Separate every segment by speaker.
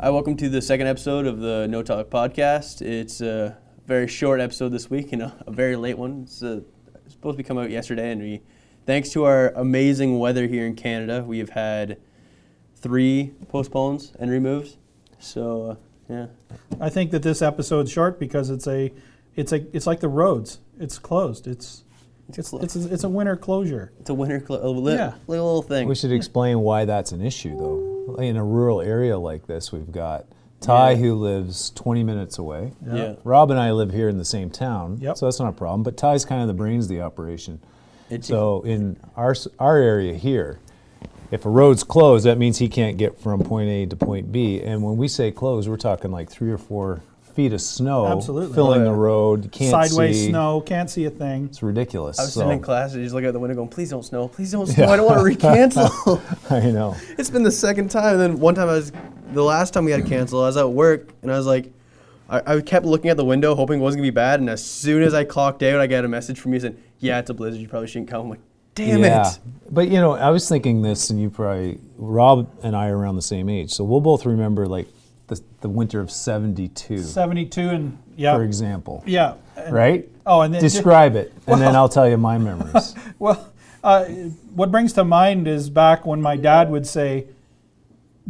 Speaker 1: Hi, welcome to the second episode of the No Talk podcast. It's a very short episode this week and a, a very late one. It's uh supposed to be come out yesterday, and we, thanks to our amazing weather here in Canada, we have had three postpones and removes. So uh, yeah,
Speaker 2: I think that this episode's short because it's a, it's a, it's like the roads. It's closed. It's, it's,
Speaker 1: closed.
Speaker 2: it's, a, it's a winter closure.
Speaker 1: it's a winter clo- a li-
Speaker 2: Yeah.
Speaker 1: little thing.
Speaker 3: We should explain why that's an issue, though. In a rural area like this, we've got Ty, who lives 20 minutes away.
Speaker 1: yeah.
Speaker 3: Rob and I live here in the same town,
Speaker 2: Yep.
Speaker 3: so that's not a problem. But Ty's kind of the brains of the operation.
Speaker 1: It's-
Speaker 3: So in our s- our area here, if a road's closed, that means he can't get from point A to point B. And when we say closed, we're talking like three or four feet of snow
Speaker 2: Absolutely.
Speaker 3: filling
Speaker 1: Oh, yeah.
Speaker 3: the road. You can't
Speaker 2: Sideways
Speaker 3: see.
Speaker 2: snow. Can't see a thing.
Speaker 3: It's ridiculous.
Speaker 1: I was
Speaker 3: so,
Speaker 1: sitting in class and just looking out the window, going, "Please don't snow! Please don't snow! I don't want to recancel."
Speaker 3: I know.
Speaker 1: It's been the second time. And then one time I was, the last time we had to cancel, I was at work and I was like, I, I kept looking at the window hoping it wasn't gonna be bad. And as soon as I clocked out, I got a message from you saying, "Yeah, it's a blizzard. You probably shouldn't come." I'm like, "Damn it!"
Speaker 3: But you know, I was thinking this, and you probably Rob and I are around the same age, so we'll both remember like the, the winter of '72,
Speaker 2: Seventy-two and yeah,
Speaker 3: for example,
Speaker 2: yeah. And-
Speaker 3: right?
Speaker 2: Oh, and then
Speaker 3: Describe it, and then I'll tell you my memories.
Speaker 2: Well, uh, what brings to mind is back when my dad would say,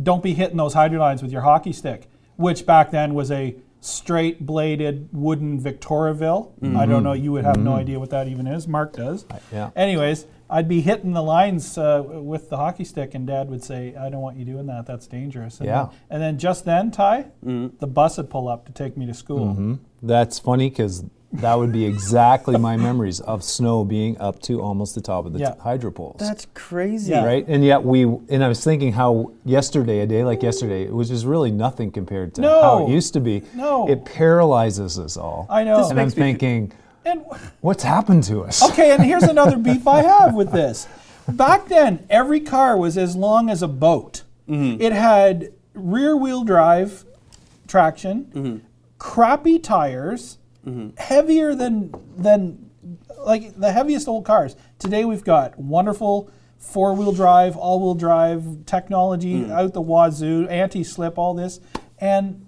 Speaker 2: "Don't be hitting those hydro lines with your hockey stick," which back then was a straight bladed wooden Victoraville. I don't know. You would have no idea what that even is. Mark does.
Speaker 3: Mm-hmm. yeah.
Speaker 2: Anyways, I'd be hitting the lines uh, with the hockey stick, and Dad would say, "I don't want you doing that. That's dangerous." And
Speaker 3: Yeah. Mm.
Speaker 2: Then, and then just then, Ty, the bus would pull up to take me to school.
Speaker 3: Mm-hmm. That's funny because that would be exactly my memories of snow being up to almost the top of the
Speaker 2: Yeah.
Speaker 3: t- hydro poles.
Speaker 1: That's crazy.
Speaker 2: Yeah.
Speaker 3: Right, and yet we, and I was thinking how yesterday, a day like yesterday, which is really nothing compared to how
Speaker 2: No.
Speaker 3: it used to be.
Speaker 2: No.
Speaker 3: it paralyzes us all.
Speaker 2: I know. This
Speaker 3: and I'm
Speaker 1: makes me-
Speaker 3: thinking,
Speaker 2: And
Speaker 3: What's happened to
Speaker 1: Oh,
Speaker 3: us?
Speaker 2: Okay, and here's another beef I have with this. Back then, every car was as long as a boat.
Speaker 1: Mm-hmm.
Speaker 2: It had rear wheel drive traction,
Speaker 1: Mm-hmm.
Speaker 2: crappy tires, heavier than than like the heaviest old cars. Today we've got wonderful four wheel drive, all wheel drive technology
Speaker 1: Mm.
Speaker 2: out the wazoo, anti slip, all this, and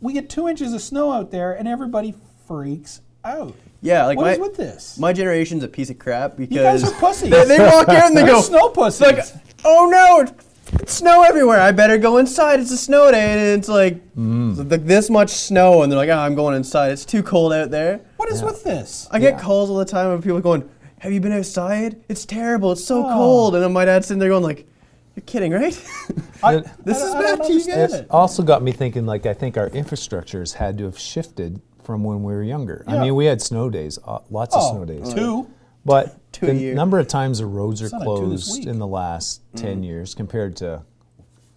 Speaker 2: we get two inches of snow out there, and everybody freaks out.
Speaker 1: Yeah, like
Speaker 2: What
Speaker 1: my,
Speaker 2: is with this?
Speaker 1: My generation's a piece of crap because
Speaker 2: You guys are pussies.
Speaker 1: They, they walk in and they
Speaker 2: You're
Speaker 1: go,
Speaker 2: snow
Speaker 1: It's like,
Speaker 2: pussies.
Speaker 1: oh no, it's- it's snow everywhere. I better go inside. It's a snow day, and it's like it's like this much snow, and they're like, oh, I'm going inside. It's too cold out there.
Speaker 2: what is with this?
Speaker 1: I get calls all the time of people going, "Have you been outside? It's terrible. It's so
Speaker 2: Oh.
Speaker 1: cold." And then my dad's sitting there going, "Like, you're kidding, right?"
Speaker 2: I,
Speaker 1: This
Speaker 2: I-
Speaker 1: is
Speaker 2: I don't
Speaker 1: bad to you guys.
Speaker 2: understand
Speaker 3: It
Speaker 2: it.
Speaker 3: also got me thinking like I think our infrastructures had to have shifted from when we were younger.
Speaker 2: Yeah.
Speaker 3: I mean, we had snow days, uh, lots
Speaker 2: Oh,
Speaker 3: of snow days.
Speaker 2: Two.
Speaker 3: But
Speaker 1: Two a
Speaker 3: the
Speaker 1: year.
Speaker 3: number of times the roads are
Speaker 2: not a two this
Speaker 3: closed
Speaker 2: week.
Speaker 3: in the last 10 years compared to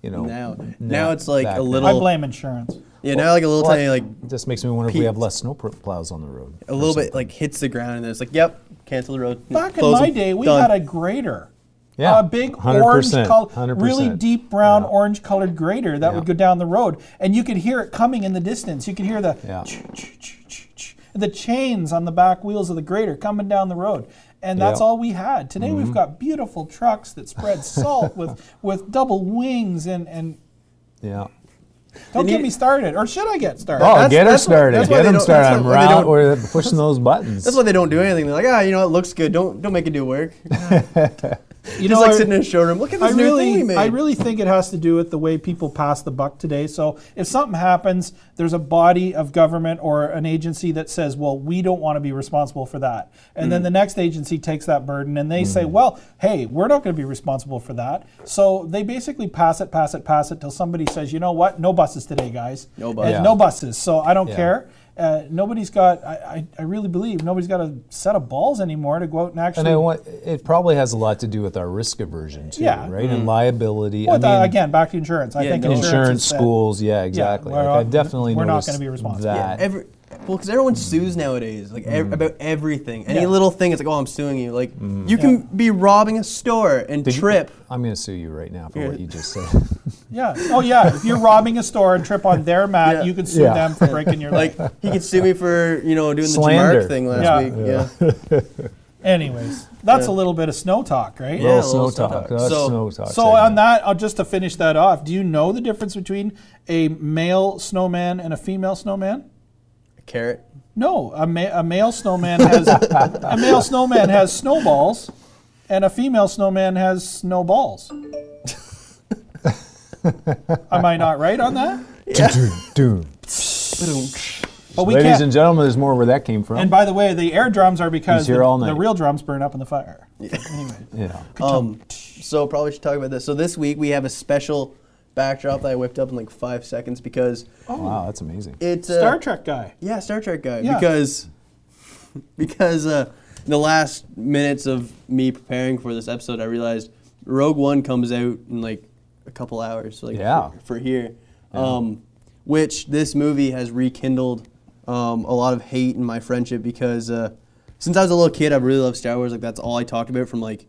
Speaker 3: you know
Speaker 1: Mm. Now-
Speaker 3: n-
Speaker 1: now it's like
Speaker 3: back
Speaker 1: a
Speaker 3: then.
Speaker 1: little-
Speaker 2: I blame insurance.
Speaker 1: yeah, now like a little
Speaker 3: Well,
Speaker 1: tiny like
Speaker 3: just makes me wonder if we have
Speaker 1: peaked.
Speaker 3: less snow pr- plows on the road.
Speaker 1: a little bit like hits the ground, and then it's like, "Yep, cancel the road."
Speaker 2: Back in
Speaker 1: Close
Speaker 2: my
Speaker 1: them.
Speaker 2: day, we
Speaker 1: Done.
Speaker 2: had a grater.
Speaker 3: Yeah,
Speaker 2: A big
Speaker 3: 100%,
Speaker 2: orange color,
Speaker 3: 100%.
Speaker 2: really deep brown orange colored grater that would
Speaker 3: Yeah.
Speaker 2: go down the road. And you could hear it coming in the distance. You could hear the
Speaker 3: Yeah.
Speaker 2: ch- ch- ch- ch- ch- the chains on the back wheels of the grater coming down the road. And that's
Speaker 3: Yeah.
Speaker 2: all we had. Today
Speaker 1: Mm-hmm.
Speaker 2: we've got beautiful trucks that spread salt with, with double wings and, and
Speaker 3: Yeah.
Speaker 2: don't
Speaker 1: They
Speaker 2: get
Speaker 1: need-
Speaker 2: me started. Or should I get started?
Speaker 3: Oh, get her
Speaker 1: that's why-
Speaker 3: started.
Speaker 1: that's why
Speaker 3: Get
Speaker 1: they
Speaker 3: them
Speaker 1: don't-
Speaker 3: started.
Speaker 1: that's
Speaker 3: I'm
Speaker 1: why they
Speaker 3: right.
Speaker 1: don't-
Speaker 3: We're pushing those buttons.
Speaker 1: That's why they don't do anything. They're like, ah, you know, it looks good. Don't don't make it do work. Just
Speaker 2: you know,
Speaker 1: like
Speaker 2: I-
Speaker 1: sitting in a showroom. Look at this
Speaker 2: I
Speaker 1: new
Speaker 2: really,
Speaker 1: thing we made.
Speaker 2: I really think it has to do with the way people pass the buck today. So if something happens, there's a body of government or an agency that says, "Well, we don't want to be responsible for that," and
Speaker 1: Mm.
Speaker 2: then the next agency takes that burden and they say, "Well, hey, we're not going to be responsible for that." So they basically pass it, pass it, pass it till somebody says, "You know what? No buses today, guys.
Speaker 1: No
Speaker 2: And
Speaker 1: buses.
Speaker 2: No buses." So I don't
Speaker 3: Yeah.
Speaker 2: care. Uh, nobody's got. I, I, I really believe nobody's got a set of balls anymore to go out and actually.
Speaker 3: And I want, it probably has a lot to do with our risk aversion too,
Speaker 2: Yeah. Mm.
Speaker 3: right? And liability.
Speaker 2: Well,
Speaker 3: I
Speaker 2: that-
Speaker 3: mean,
Speaker 2: again, back to insurance. I
Speaker 1: Yeah,
Speaker 2: think
Speaker 1: no.
Speaker 2: insurance,
Speaker 3: insurance,
Speaker 2: is that-
Speaker 3: schools, yeah, exactly.
Speaker 2: we're
Speaker 3: Like,
Speaker 2: not-
Speaker 3: I've definitely
Speaker 2: we're not
Speaker 3: noticed
Speaker 2: gonna be responsible.
Speaker 3: That.
Speaker 1: every well, because everyone sues nowadays, like ev- about everything. Any
Speaker 2: Mm. Yeah. Mm.
Speaker 1: little thing, it's like, oh, I'm suing you. Like you can be robbing a store and
Speaker 3: You-
Speaker 1: trip.
Speaker 3: I'm going to sue you right now for what
Speaker 1: Yeah.
Speaker 3: you just said.
Speaker 2: Yeah. Oh, yeah. If you're robbing a store and trip on their mat,
Speaker 1: Yeah.
Speaker 2: you can sue
Speaker 3: Yeah.
Speaker 2: them for breaking your leg.
Speaker 1: Like he could sue me for you know doing the
Speaker 3: Slander.
Speaker 1: Jamarc thing last
Speaker 2: Yeah.
Speaker 1: week. Yeah.
Speaker 2: Anyways, that's a little bit of snow talk, right?
Speaker 1: Yeah, a
Speaker 3: Oh,
Speaker 1: little
Speaker 3: snow
Speaker 1: snow
Speaker 3: talk.
Speaker 1: talk.
Speaker 3: That's
Speaker 1: So-
Speaker 3: snow talk.
Speaker 2: So on that, uh, just to finish that off, do you know the difference between a male snowman and a female snowman?
Speaker 1: A carrot.
Speaker 2: No, a, ma- a male snowman has a male snowman has snowballs, and a female snowman has snowballs. Am I not right on that? But we
Speaker 3: Ladies
Speaker 2: can't.
Speaker 3: and
Speaker 2: And,
Speaker 3: gentlemen, there's more where that came from.
Speaker 2: by the way, the air drums are because
Speaker 3: He's here
Speaker 2: the,
Speaker 3: all
Speaker 2: the
Speaker 3: night.
Speaker 2: real drums burn up in the fire. Anyway,
Speaker 3: yeah.
Speaker 1: Um, so probably should talk about this. So this week we have a special backdrop that I whipped up in like five seconds because Oh.
Speaker 3: Wow, that's amazing.
Speaker 1: it's uh,
Speaker 2: Star Trek guy.
Speaker 1: Yeah, Star Trek guy.
Speaker 2: Yeah.
Speaker 1: Because because uh, in the last minutes of me preparing for this episode, I realized Rogue One comes out in like a couple hours, like
Speaker 3: Yeah.
Speaker 1: for, for here, um, which this movie has rekindled um, a lot of hate in my friendship because uh, since I was a little kid, I really loved Star Wars. Like that's all I talked about from like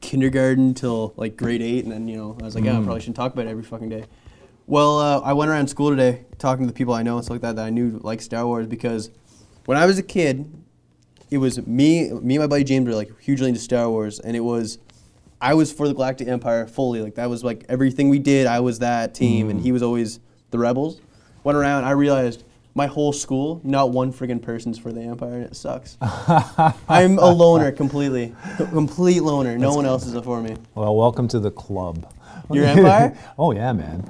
Speaker 1: kindergarten till like grade eight, and then you know I was like, yeah, I probably shouldn't talk about it every fucking day. Well, uh, I went around school today talking to the people I know and stuff like that that I knew like Star Wars because when I was a kid, it was me, me and my buddy James were like hugely into Star Wars, and it was I was for the Galactic Empire fully. Like that was like everything we did. I was that team, and he was always the Rebels. Went around, I realized. My whole school, not one friggin' person's for the Empire, and it sucks. I'm a loner completely. Complete loner. No one else is it for me.
Speaker 3: Well, welcome to the club.
Speaker 1: Your empire?
Speaker 3: oh yeah, man.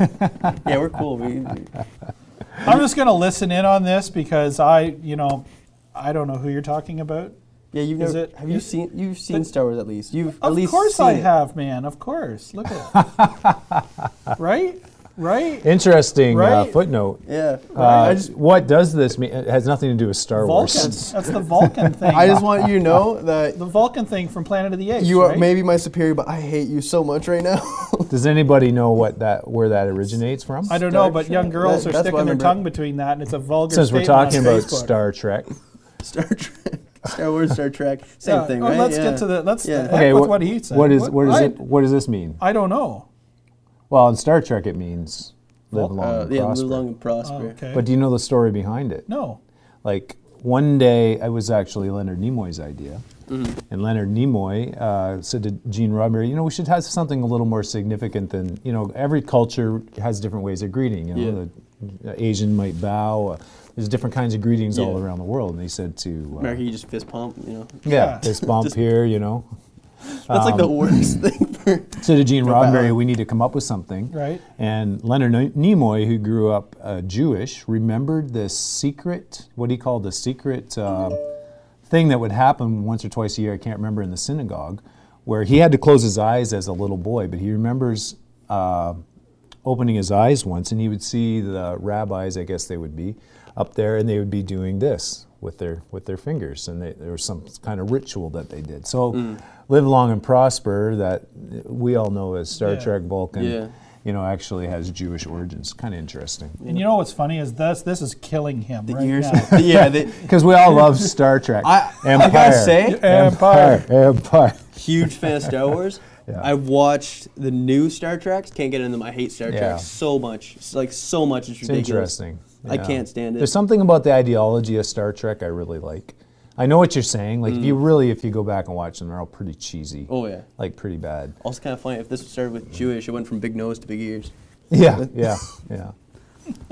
Speaker 1: Yeah, we're cool. We,
Speaker 2: I'm just gonna listen in on this because I, you know, I don't know who you're talking about.
Speaker 1: yeah, you've
Speaker 2: Is
Speaker 1: never,
Speaker 2: it-
Speaker 1: have you
Speaker 2: is-
Speaker 1: seen you've seen Star Wars at least. You've at
Speaker 2: of
Speaker 1: least
Speaker 2: course
Speaker 1: seen
Speaker 2: I
Speaker 1: it.
Speaker 2: have, man. Of course. Look at it. right? Right?
Speaker 3: Interesting uh,
Speaker 2: Right?
Speaker 3: footnote.
Speaker 1: Yeah.
Speaker 3: Uh,
Speaker 1: I just
Speaker 3: what does this mean? It has nothing to do with Star
Speaker 2: Vulcans.
Speaker 3: Wars.
Speaker 2: That's the Vulcan thing.
Speaker 1: I just want you to know that
Speaker 2: the Vulcan thing from Planet of the Apes.
Speaker 1: you are
Speaker 2: right?
Speaker 1: maybe my superior, but I hate you so much right now.
Speaker 3: Does anybody know what that where that originates from?
Speaker 2: I don't
Speaker 1: Star
Speaker 2: know, but young
Speaker 1: Trek.
Speaker 2: girls
Speaker 1: That-
Speaker 2: are
Speaker 1: that's why I
Speaker 2: sticking their
Speaker 1: remember
Speaker 2: tongue
Speaker 1: it.
Speaker 2: between that, and it's a vulgar.
Speaker 3: Since we're
Speaker 2: statement
Speaker 3: talking
Speaker 2: on
Speaker 3: about
Speaker 2: Facebook.
Speaker 3: Star Trek.
Speaker 1: Star Trek, Star Wars, Star Trek, same
Speaker 2: Yeah,
Speaker 1: thing,
Speaker 2: well,
Speaker 1: right?
Speaker 2: Let's
Speaker 1: Yeah. Oh,
Speaker 2: get to the. Let's
Speaker 1: Yeah.
Speaker 2: heck
Speaker 1: Okay,
Speaker 2: with
Speaker 3: wha-
Speaker 2: what he said.
Speaker 3: What is what is
Speaker 2: I,
Speaker 3: it? What does this mean?
Speaker 2: I don't know.
Speaker 3: Well, in Star Trek, it means live long
Speaker 1: Uh,
Speaker 3: and
Speaker 1: yeah,
Speaker 3: prosper.
Speaker 1: live long and prosper.
Speaker 2: Okay.
Speaker 3: But do you know the story behind it?
Speaker 2: no.
Speaker 3: Like one day, it was actually Leonard Nimoy's idea,
Speaker 1: Mm-hmm.
Speaker 3: and Leonard Nimoy uh, said to Gene Roddenberry, "You know, we should have something a little more significant than you know. Every culture has different ways of greeting. You know, the the Asian might bow. Uh, there's different kinds of greetings all
Speaker 1: Yeah.
Speaker 3: around the world." And they said to, uh,
Speaker 1: America, you just fist pump. You know,
Speaker 3: "Yeah, this bump here, you know."
Speaker 1: that's
Speaker 3: Um,
Speaker 1: like the worst thing. For,
Speaker 3: So to Gene
Speaker 1: but, uh,
Speaker 3: Roddenberry, we need to come up with something.
Speaker 2: Right.
Speaker 3: And Leonard N- Nimoy, who grew up uh, Jewish, remembered the secret, what he called the secret uh, thing that would happen once or twice a year, I can't remember, in the synagogue, where he had to close his eyes as a little boy, but he remembers uh, opening his eyes once and he would see the rabbis, I guess they would be, up there and they would be doing this with their with their fingers and they, there was some kind of ritual that they did. So live long and prosper that we all know as Star
Speaker 2: Yeah.
Speaker 3: Trek Vulcan
Speaker 1: Yeah.
Speaker 3: you know, actually has Jewish origins. Kind of interesting.
Speaker 2: And you know what's funny is this. This is killing him right
Speaker 1: Years-
Speaker 2: now.
Speaker 1: yeah, they,
Speaker 3: Because we all love Star Trek.
Speaker 1: I- I
Speaker 3: Empire.
Speaker 1: gotta say-
Speaker 3: Empire. Empire.
Speaker 1: huge fan of Star Wars.
Speaker 3: Yeah.
Speaker 1: I watched the new Star Treks. Can't get into them. I hate Star
Speaker 3: Yeah.
Speaker 1: Trek so much. It's like so much. It's,
Speaker 3: It's
Speaker 1: ridiculous.
Speaker 3: interesting.
Speaker 1: I can't stand it.
Speaker 3: There's something about the ideology of Star Trek I really like. I know what you're saying. Like, if you really, if you go back and watch them, they're all pretty cheesy.
Speaker 1: Mm. Oh yeah.
Speaker 3: Like, pretty bad.
Speaker 1: Also kind of funny. If this started with Jewish, it went from big nose to big ears.
Speaker 3: Yeah, yeah, yeah.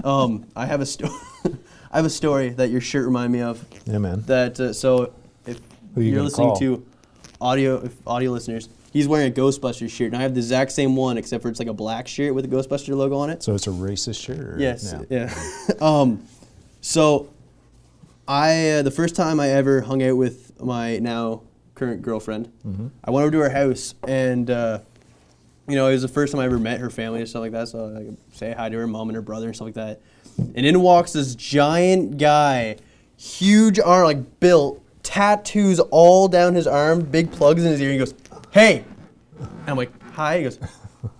Speaker 1: Um, I have a story. I have a story that your shirt remind me of.
Speaker 3: Yeah, man.
Speaker 1: That uh, so if
Speaker 3: Who you
Speaker 1: are
Speaker 3: gonna
Speaker 1: listening
Speaker 3: call?
Speaker 1: to audio if audio listeners, he's wearing a Ghostbusters shirt, and I have the exact same one except for it's like a black shirt with a Ghostbuster logo on it.
Speaker 3: So it's a racist shirt? or-
Speaker 1: Yes.
Speaker 3: no?
Speaker 1: Yeah. um, so, I uh, the first time I ever hung out with my now current girlfriend,
Speaker 3: Mm-hmm.
Speaker 1: I went over to her house, and uh, you know it was the first time I ever met her family or stuff like that. So I like, say hi to her mom and her brother and stuff like that. And in walks this giant guy, huge arm, like built, tattoos all down his arm, big plugs in his ear. He goes, "Hey," and I'm like, "Hi." He goes,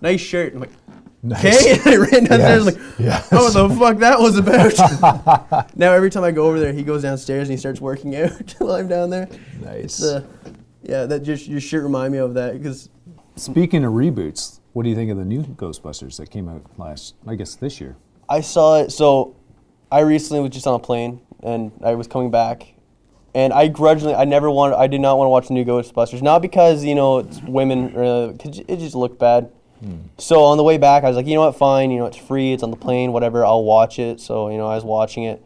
Speaker 1: "Nice shirt." I'm like.
Speaker 3: Nice.
Speaker 1: Okay, and I ran downstairs
Speaker 3: Yes.
Speaker 1: like, oh, the fuck that was about. now every time I go over there, he goes downstairs and he starts working out while I'm down there.
Speaker 3: Nice.
Speaker 1: It's, uh, yeah, that just your shirt remind me of that because
Speaker 3: Speaking of reboots, what do you think of the new Ghostbusters that came out last, I guess this year?
Speaker 1: I saw it. So I recently was just on a plane and I was coming back, And I grudgingly, I never wanted, I did not want to watch the new Ghostbusters. Not because, you know, it's women, uh, 'cause it just looked bad.
Speaker 3: Hmm.
Speaker 1: So on the way back, I was like, you know what, fine, you know, it's free, it's on the plane, whatever, I'll watch it. So, you know, I was watching it.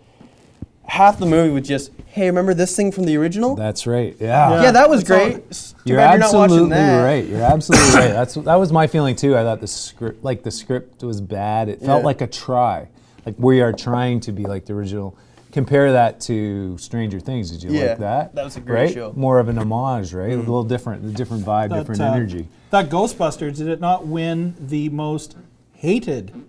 Speaker 1: Half the movie was just, hey, remember this thing from the original?
Speaker 3: That's right. Yeah.
Speaker 1: yeah, that was
Speaker 2: That's all-
Speaker 1: great. S- Too
Speaker 3: You're
Speaker 1: bad you're not
Speaker 3: absolutely
Speaker 1: watching that.
Speaker 3: right. You're absolutely right. That's that was my feeling too. I thought the script, like the script, was bad. It felt
Speaker 1: Yeah.
Speaker 3: like a try, like we are trying to be like the original. Compare that to Stranger Things. Did you
Speaker 1: Yeah,
Speaker 3: like that?
Speaker 1: that was a great
Speaker 3: right?
Speaker 1: show.
Speaker 3: More of an homage, right? A little different, a different vibe,
Speaker 2: Mm-hmm. That,
Speaker 3: different
Speaker 2: uh,
Speaker 3: energy.
Speaker 2: That Ghostbusters did it not win the most hated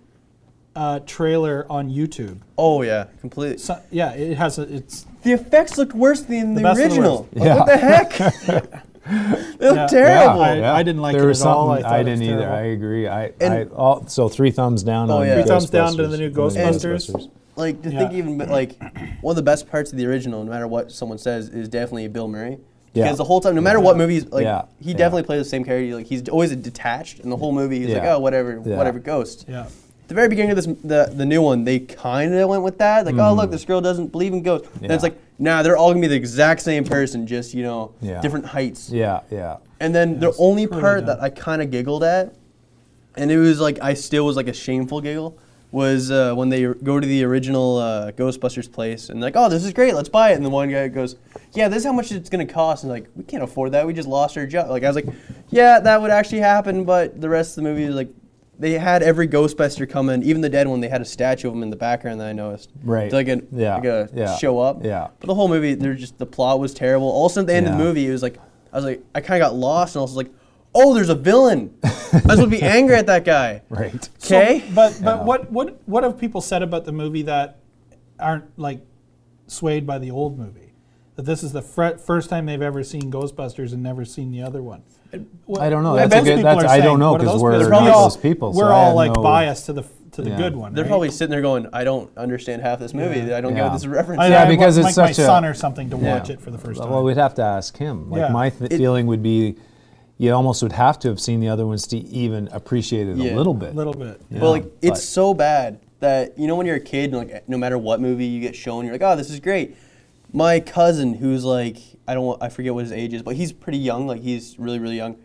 Speaker 2: uh, trailer on YouTube?
Speaker 1: Oh, yeah, completely.
Speaker 2: So, yeah, it has. A, it's
Speaker 1: the effects looked worse than the,
Speaker 2: best of the
Speaker 1: original.
Speaker 2: worst.
Speaker 1: Like, What the heck? they look
Speaker 2: Yeah.
Speaker 1: terrible.
Speaker 2: I- I didn't like
Speaker 3: there
Speaker 2: it
Speaker 3: was
Speaker 2: at all.
Speaker 3: something-
Speaker 2: I thought it
Speaker 3: didn't
Speaker 2: was
Speaker 3: either.
Speaker 2: terrible.
Speaker 3: I agree. I,
Speaker 1: And-
Speaker 3: I all, so three thumbs down
Speaker 1: Oh,
Speaker 3: on
Speaker 1: yeah.
Speaker 2: Three thumbs down to
Speaker 3: Ghostbusters.
Speaker 2: the new
Speaker 3: On
Speaker 2: Ghostbusters.
Speaker 1: Like to
Speaker 2: Yeah.
Speaker 1: think even but, like one of the best parts of the original, no matter what someone says, is definitely Bill Murray.
Speaker 3: Yeah.
Speaker 1: Because the whole time, no matter what movies, like
Speaker 3: Yeah.
Speaker 1: he
Speaker 3: Yeah.
Speaker 1: definitely plays the same character. Like he's always detached, and the whole movie he's like,
Speaker 3: Yeah.
Speaker 1: oh whatever,
Speaker 3: Yeah.
Speaker 1: whatever, ghost.
Speaker 2: yeah.
Speaker 1: The very beginning of this, the the new one, they kind of went with that. Like, oh look, this girl doesn't believe in ghosts. And it's
Speaker 3: Yeah.
Speaker 1: like, nah, they're all gonna be the exact same person, just you know,
Speaker 3: Yeah.
Speaker 1: different heights.
Speaker 3: Yeah, yeah.
Speaker 1: And then the
Speaker 2: it's
Speaker 1: only
Speaker 2: pretty
Speaker 1: part
Speaker 2: dumb.
Speaker 1: that I kind of giggled at, and it was like I still was like a shameful giggle, was uh, when they go to the original uh, Ghostbusters place and like, oh, this is great, let's buy it. And the one guy goes, yeah, this is how much it's gonna cost. And like, we can't afford that. We just lost our job. Like I was like, yeah, that would actually happen, but the rest of the movie was like. They had every Ghostbuster come in, even the dead one. They had a statue of him in the background that I noticed.
Speaker 3: Right.
Speaker 1: To, like a,
Speaker 3: Yeah,
Speaker 1: like a
Speaker 3: yeah,
Speaker 1: show up.
Speaker 3: yeah.
Speaker 1: But the whole movie, they're just the plot was terrible. Also, at the end of the
Speaker 3: Yeah.
Speaker 1: movie, it was like I was like I kind of got lost, and I was like, oh, there's a villain. I was gonna be angry at that guy.
Speaker 3: Right.
Speaker 2: So-
Speaker 1: Okay.
Speaker 2: but but what what what have people said about the movie that aren't like swayed by the old movie? That this is the fr- first time they've ever seen Ghostbusters and never seen the other one. What-
Speaker 3: I don't know.
Speaker 2: what
Speaker 3: That's a
Speaker 2: those
Speaker 3: good-
Speaker 2: people
Speaker 3: that's-
Speaker 2: are
Speaker 3: I don't
Speaker 2: saying.
Speaker 3: know,
Speaker 2: What are
Speaker 3: 'cause
Speaker 2: those
Speaker 3: we're
Speaker 2: people-
Speaker 1: not
Speaker 2: we all-
Speaker 3: those people, so
Speaker 2: We're
Speaker 3: I
Speaker 2: all
Speaker 3: have
Speaker 2: like
Speaker 3: no-
Speaker 2: biased to the f- to the
Speaker 3: Yeah.
Speaker 2: good one.
Speaker 1: They're
Speaker 2: right?
Speaker 1: probably sitting there going, I don't understand half this movie. I don't get what
Speaker 3: Yeah.
Speaker 1: this is reference.
Speaker 2: I,
Speaker 3: Yeah,
Speaker 2: I
Speaker 3: because
Speaker 2: want,
Speaker 3: it's
Speaker 2: like
Speaker 3: such
Speaker 2: my
Speaker 3: a-
Speaker 2: son or something to watch
Speaker 3: Yeah.
Speaker 2: it for the first time.
Speaker 3: Well, we'd have to ask him. Like
Speaker 2: Yeah.
Speaker 3: my th-
Speaker 1: It-
Speaker 3: feeling would be, you almost would have to have seen the other ones to even appreciate it
Speaker 1: Yeah.
Speaker 3: a little bit.
Speaker 2: a little bit.
Speaker 3: Yeah.
Speaker 1: But like,
Speaker 3: but-
Speaker 1: it's so bad that you know when you're a kid, and like no matter what movie you get shown, you're like, oh, this is great. My cousin, who's like, I don't, want, I forget what his age is, but he's pretty young. Like he's really, really young.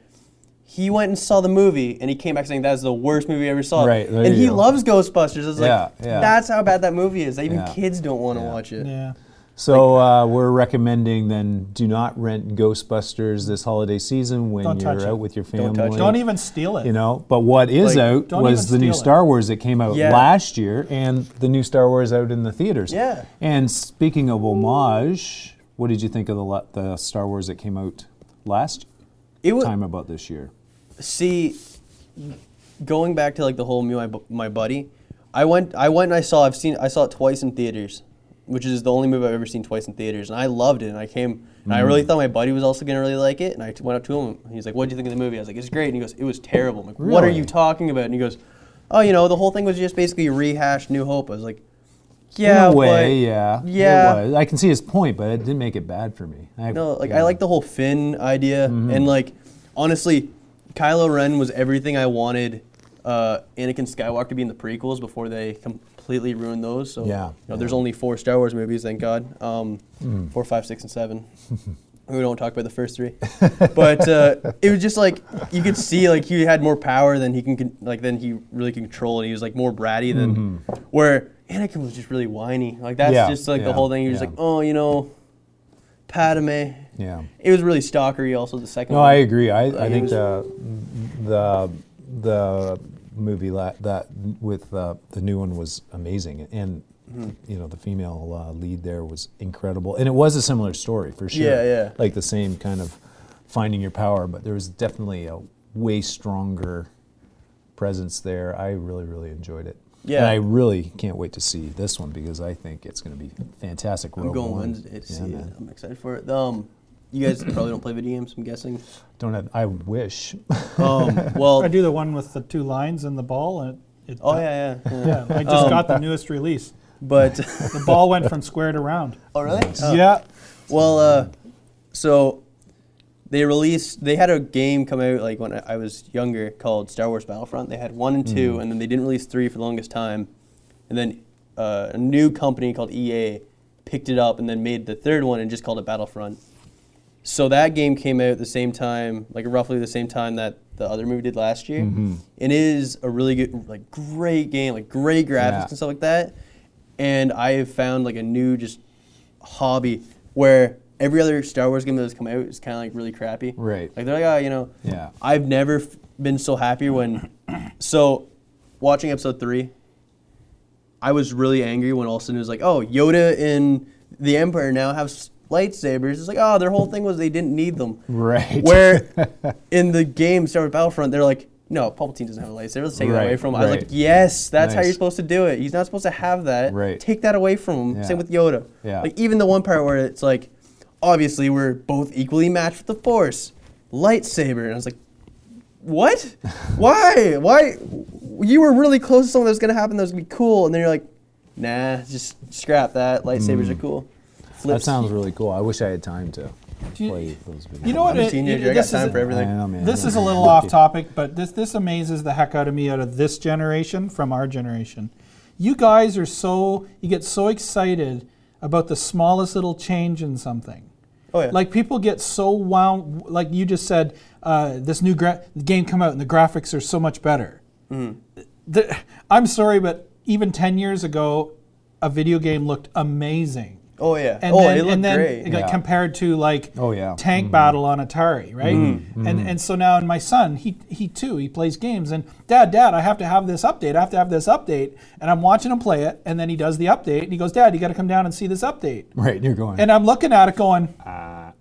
Speaker 1: He went and saw the movie, and he came back saying that is the worst movie I ever saw.
Speaker 3: Right, there
Speaker 1: and
Speaker 3: you
Speaker 1: he
Speaker 3: go.
Speaker 1: loves Ghostbusters. It's
Speaker 3: Yeah,
Speaker 1: like
Speaker 3: yeah.
Speaker 1: that's how bad that movie is. That even
Speaker 3: Yeah.
Speaker 1: kids don't want to
Speaker 3: Yeah.
Speaker 1: watch it.
Speaker 2: Yeah.
Speaker 3: So uh, we're recommending then do not rent Ghostbusters this holiday season when
Speaker 2: Don't
Speaker 3: you're
Speaker 2: touch
Speaker 3: out
Speaker 2: it.
Speaker 3: with your family.
Speaker 1: Don't touch it.
Speaker 2: Don't even steal it.
Speaker 3: You know, but what is
Speaker 1: Like,
Speaker 3: out
Speaker 2: don't
Speaker 3: was
Speaker 2: even
Speaker 3: the new
Speaker 2: steal it.
Speaker 3: Star Wars that came out
Speaker 1: Yeah.
Speaker 3: last year, and the new Star Wars out in the theaters.
Speaker 1: Yeah.
Speaker 3: And speaking of homage, what did you think of the la- the Star Wars that came out last
Speaker 1: It was
Speaker 3: time about this year?
Speaker 1: see going back to like the whole me my, Bu- my buddy i went i went and i saw i've seen i saw it twice in theaters which is the only movie i've ever seen twice in theaters and i loved it and i came and i
Speaker 3: Mm-hmm.
Speaker 1: really thought my buddy was also going to really like it and i t- went up to him and he's like what do you think of the movie i was like it's great and he goes it was terrible I'm like what are
Speaker 3: Really?
Speaker 1: you talking about and he goes oh you know the whole thing was just basically rehashed new hope i was like yeah
Speaker 3: in a way,
Speaker 1: but-
Speaker 3: yeah, it
Speaker 1: yeah.
Speaker 3: was. I can see his point, but it didn't make it bad for me. I,
Speaker 1: No, like
Speaker 3: yeah. Mm-hmm.
Speaker 1: I like the whole Finn idea, and like honestly, Kylo Ren was everything I wanted uh, Anakin Skywalker to be in the prequels before they completely ruined those. So
Speaker 3: Yeah, Mm-hmm.
Speaker 1: you know, there's only four Star Wars movies, thank God. Um, Four, five, six, and seven. we don't talk about the first three, but uh, it was just like you could see like he had more power than he can con- like than he really could control, and he was like more bratty than where. Anakin was just really whiny. Like that's
Speaker 3: Mm-hmm. Yeah,
Speaker 1: just like the
Speaker 3: yeah,
Speaker 1: whole thing. You're just
Speaker 3: yeah.
Speaker 1: like, oh, you know, Padme.
Speaker 3: Yeah.
Speaker 1: It was really stalkery. Also, the second.
Speaker 3: No,
Speaker 1: one.
Speaker 3: I agree. I, I
Speaker 1: it
Speaker 3: think
Speaker 1: was-
Speaker 3: the the the movie la- that with uh, the new one was amazing, and
Speaker 1: Mm-hmm.
Speaker 3: you know the female uh, lead there was incredible, and it was a similar story for sure.
Speaker 1: Yeah, yeah.
Speaker 3: Like the same kind of finding your power, but there was definitely a way stronger presence there. I really, really enjoyed it.
Speaker 1: Yeah.
Speaker 3: And I really can't wait to see this one because I think it's going to be fantastic.
Speaker 1: I'm
Speaker 3: Rogue
Speaker 1: going
Speaker 3: One.
Speaker 1: Wednesday to
Speaker 3: Yeah,
Speaker 1: see it.
Speaker 3: man.
Speaker 1: I'm excited for it. Um, you guys probably don't play video games. I'm guessing.
Speaker 3: Don't have. I wish.
Speaker 1: Um, well.
Speaker 2: I do the one with the two lines and the ball, and it. it
Speaker 1: Oh yeah, Um, yeah. yeah.
Speaker 2: Yeah, I just got the newest release.
Speaker 1: But
Speaker 2: The ball went from square to round.
Speaker 1: oh really? Oh.
Speaker 2: yeah,
Speaker 1: Well, uh, so they released. They had a game come out like when I I was younger called Star Wars Battlefront. They had one and two, and then they didn't release three for the longest time. And then uh, a new company called EA picked it up and then made the third one and just called it Battlefront. So that game came out the same time, like roughly the same time that the other movie did last year. And it is a really good, like great game, like great graphics
Speaker 3: Yeah.
Speaker 1: and stuff like that. And I have found like a new just hobby where every other Star Wars game that has come out is kind of like really crappy.
Speaker 3: Right.
Speaker 1: Like they're like, oh, you know,
Speaker 3: Yeah.
Speaker 1: I've never f- been so happy when. so, watching episode three, I was really angry when all of a sudden it was like, oh, Yoda and the Emperor now have s- lightsabers. It's like, oh, their whole thing was they didn't need them.
Speaker 3: Right.
Speaker 1: Where in the game Star Wars Battlefront, they're like, no, Palpatine doesn't have a lightsaber. Let's take that away
Speaker 3: Right,
Speaker 1: from him. I was like,
Speaker 3: right.
Speaker 1: yes, that's how
Speaker 3: Nice.
Speaker 1: you're supposed to do it. He's not supposed to have that.
Speaker 3: Right.
Speaker 1: Take that away from him.
Speaker 3: Yeah.
Speaker 1: Same with Yoda.
Speaker 3: Yeah.
Speaker 1: Like even the one part where it's like, obviously we're both equally matched with the Force, lightsaber, and I was like, what? Why? Why? You were really close to something that was gonna happen that was gonna be cool, and then you're like, nah, just scrap that. Lightsabers are cool.
Speaker 3: Mm. That
Speaker 1: Flips.
Speaker 3: sounds really cool. I wish I had time to
Speaker 2: Do you-
Speaker 3: play those videos.
Speaker 2: You know what?
Speaker 1: I'm a
Speaker 2: it-
Speaker 1: teenager.
Speaker 2: it-
Speaker 1: I got
Speaker 2: this
Speaker 1: time
Speaker 2: is,
Speaker 1: for
Speaker 3: I
Speaker 1: everything.
Speaker 3: know, man.
Speaker 2: This is a little off topic, but this this amazes the heck out of me out of this generation from our generation. You guys are so you get so excited about the smallest little change in something.
Speaker 1: Oh yeah.
Speaker 2: Like people get so wound, like you just said, uh, this new gra- game come out and the graphics are so much better.
Speaker 1: Mm-hmm.
Speaker 2: The- I'm sorry, but even ten years ago, a video game looked amazing.
Speaker 1: Oh yeah.
Speaker 2: And
Speaker 1: oh,
Speaker 2: then,
Speaker 1: it looked
Speaker 2: and then
Speaker 1: great.
Speaker 2: like,
Speaker 3: Yeah.
Speaker 2: compared to like
Speaker 3: Oh, yeah. Mm-hmm.
Speaker 2: tank battle on Atari, right?
Speaker 1: Mm-hmm.
Speaker 2: And and so now and my son, he he too, he plays games and dad, dad, I have to have this update. I have to have this update. And I'm watching him play it and then he does the update and he goes, "Dad, you got to come down and see this update."
Speaker 3: Right, you're going.
Speaker 2: And I'm looking at it going,
Speaker 3: Uh.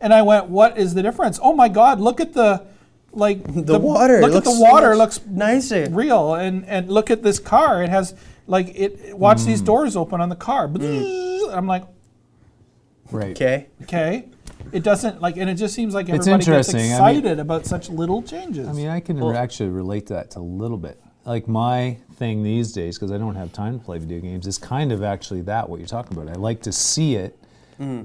Speaker 2: and I went, "What is the difference? Oh my god, look at the like
Speaker 1: the, water. it
Speaker 2: Look at
Speaker 1: looks
Speaker 2: the water.
Speaker 1: so
Speaker 2: It
Speaker 1: much
Speaker 2: looks
Speaker 1: nicer.
Speaker 2: real and and look at this car it has like it watch these
Speaker 3: Mm.
Speaker 2: doors open on the car i'm like
Speaker 3: right.
Speaker 1: Okay.
Speaker 2: okay it doesn't like and it just seems like
Speaker 3: It's
Speaker 2: everybody gets
Speaker 3: interesting, I mean-
Speaker 2: excited about such little changes
Speaker 3: I mean, I can actually relate that to a little bit. Like my thing these days, because I don't have time to play video games, is kind of actually that what you're talking about. I like to see it,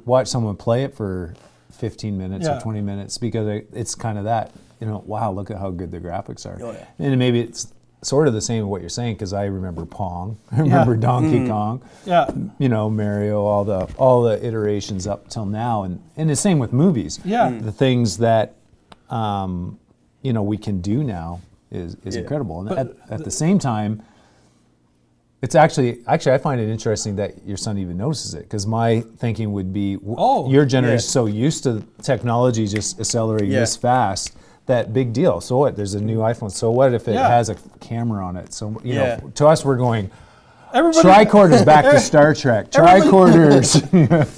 Speaker 3: watch someone play it for 15 minutes
Speaker 2: Yeah.
Speaker 3: or 20 minutes because I, it's kind of that. You know, wow, look at how good the graphics are.
Speaker 1: Oh, yeah.
Speaker 3: And maybe it's sort of the same what you're saying because I remember Pong, I remember Donkey Kong
Speaker 2: yeah
Speaker 3: you know Mario, all the all the iterations up till now, and and the same with movies.
Speaker 2: Yeah. Mm.
Speaker 3: the things that um, you know we can do now is is
Speaker 1: Yeah.
Speaker 3: incredible, and at, at the same time, it's actually actually I find it interesting that your son even notices it because my thinking would be, w-
Speaker 2: Oh,
Speaker 3: your generation's
Speaker 1: yeah.
Speaker 3: so used to technology just accelerating
Speaker 1: Yeah.
Speaker 3: this fast. That big deal. So what? There's a new iPhone. So what if it
Speaker 2: Yeah.
Speaker 3: has a camera on it? So you
Speaker 1: Yeah.
Speaker 3: know, to us, we're going.
Speaker 2: everybody
Speaker 3: Tricorders back to Star Trek.
Speaker 2: Everybody-
Speaker 3: Tricorders.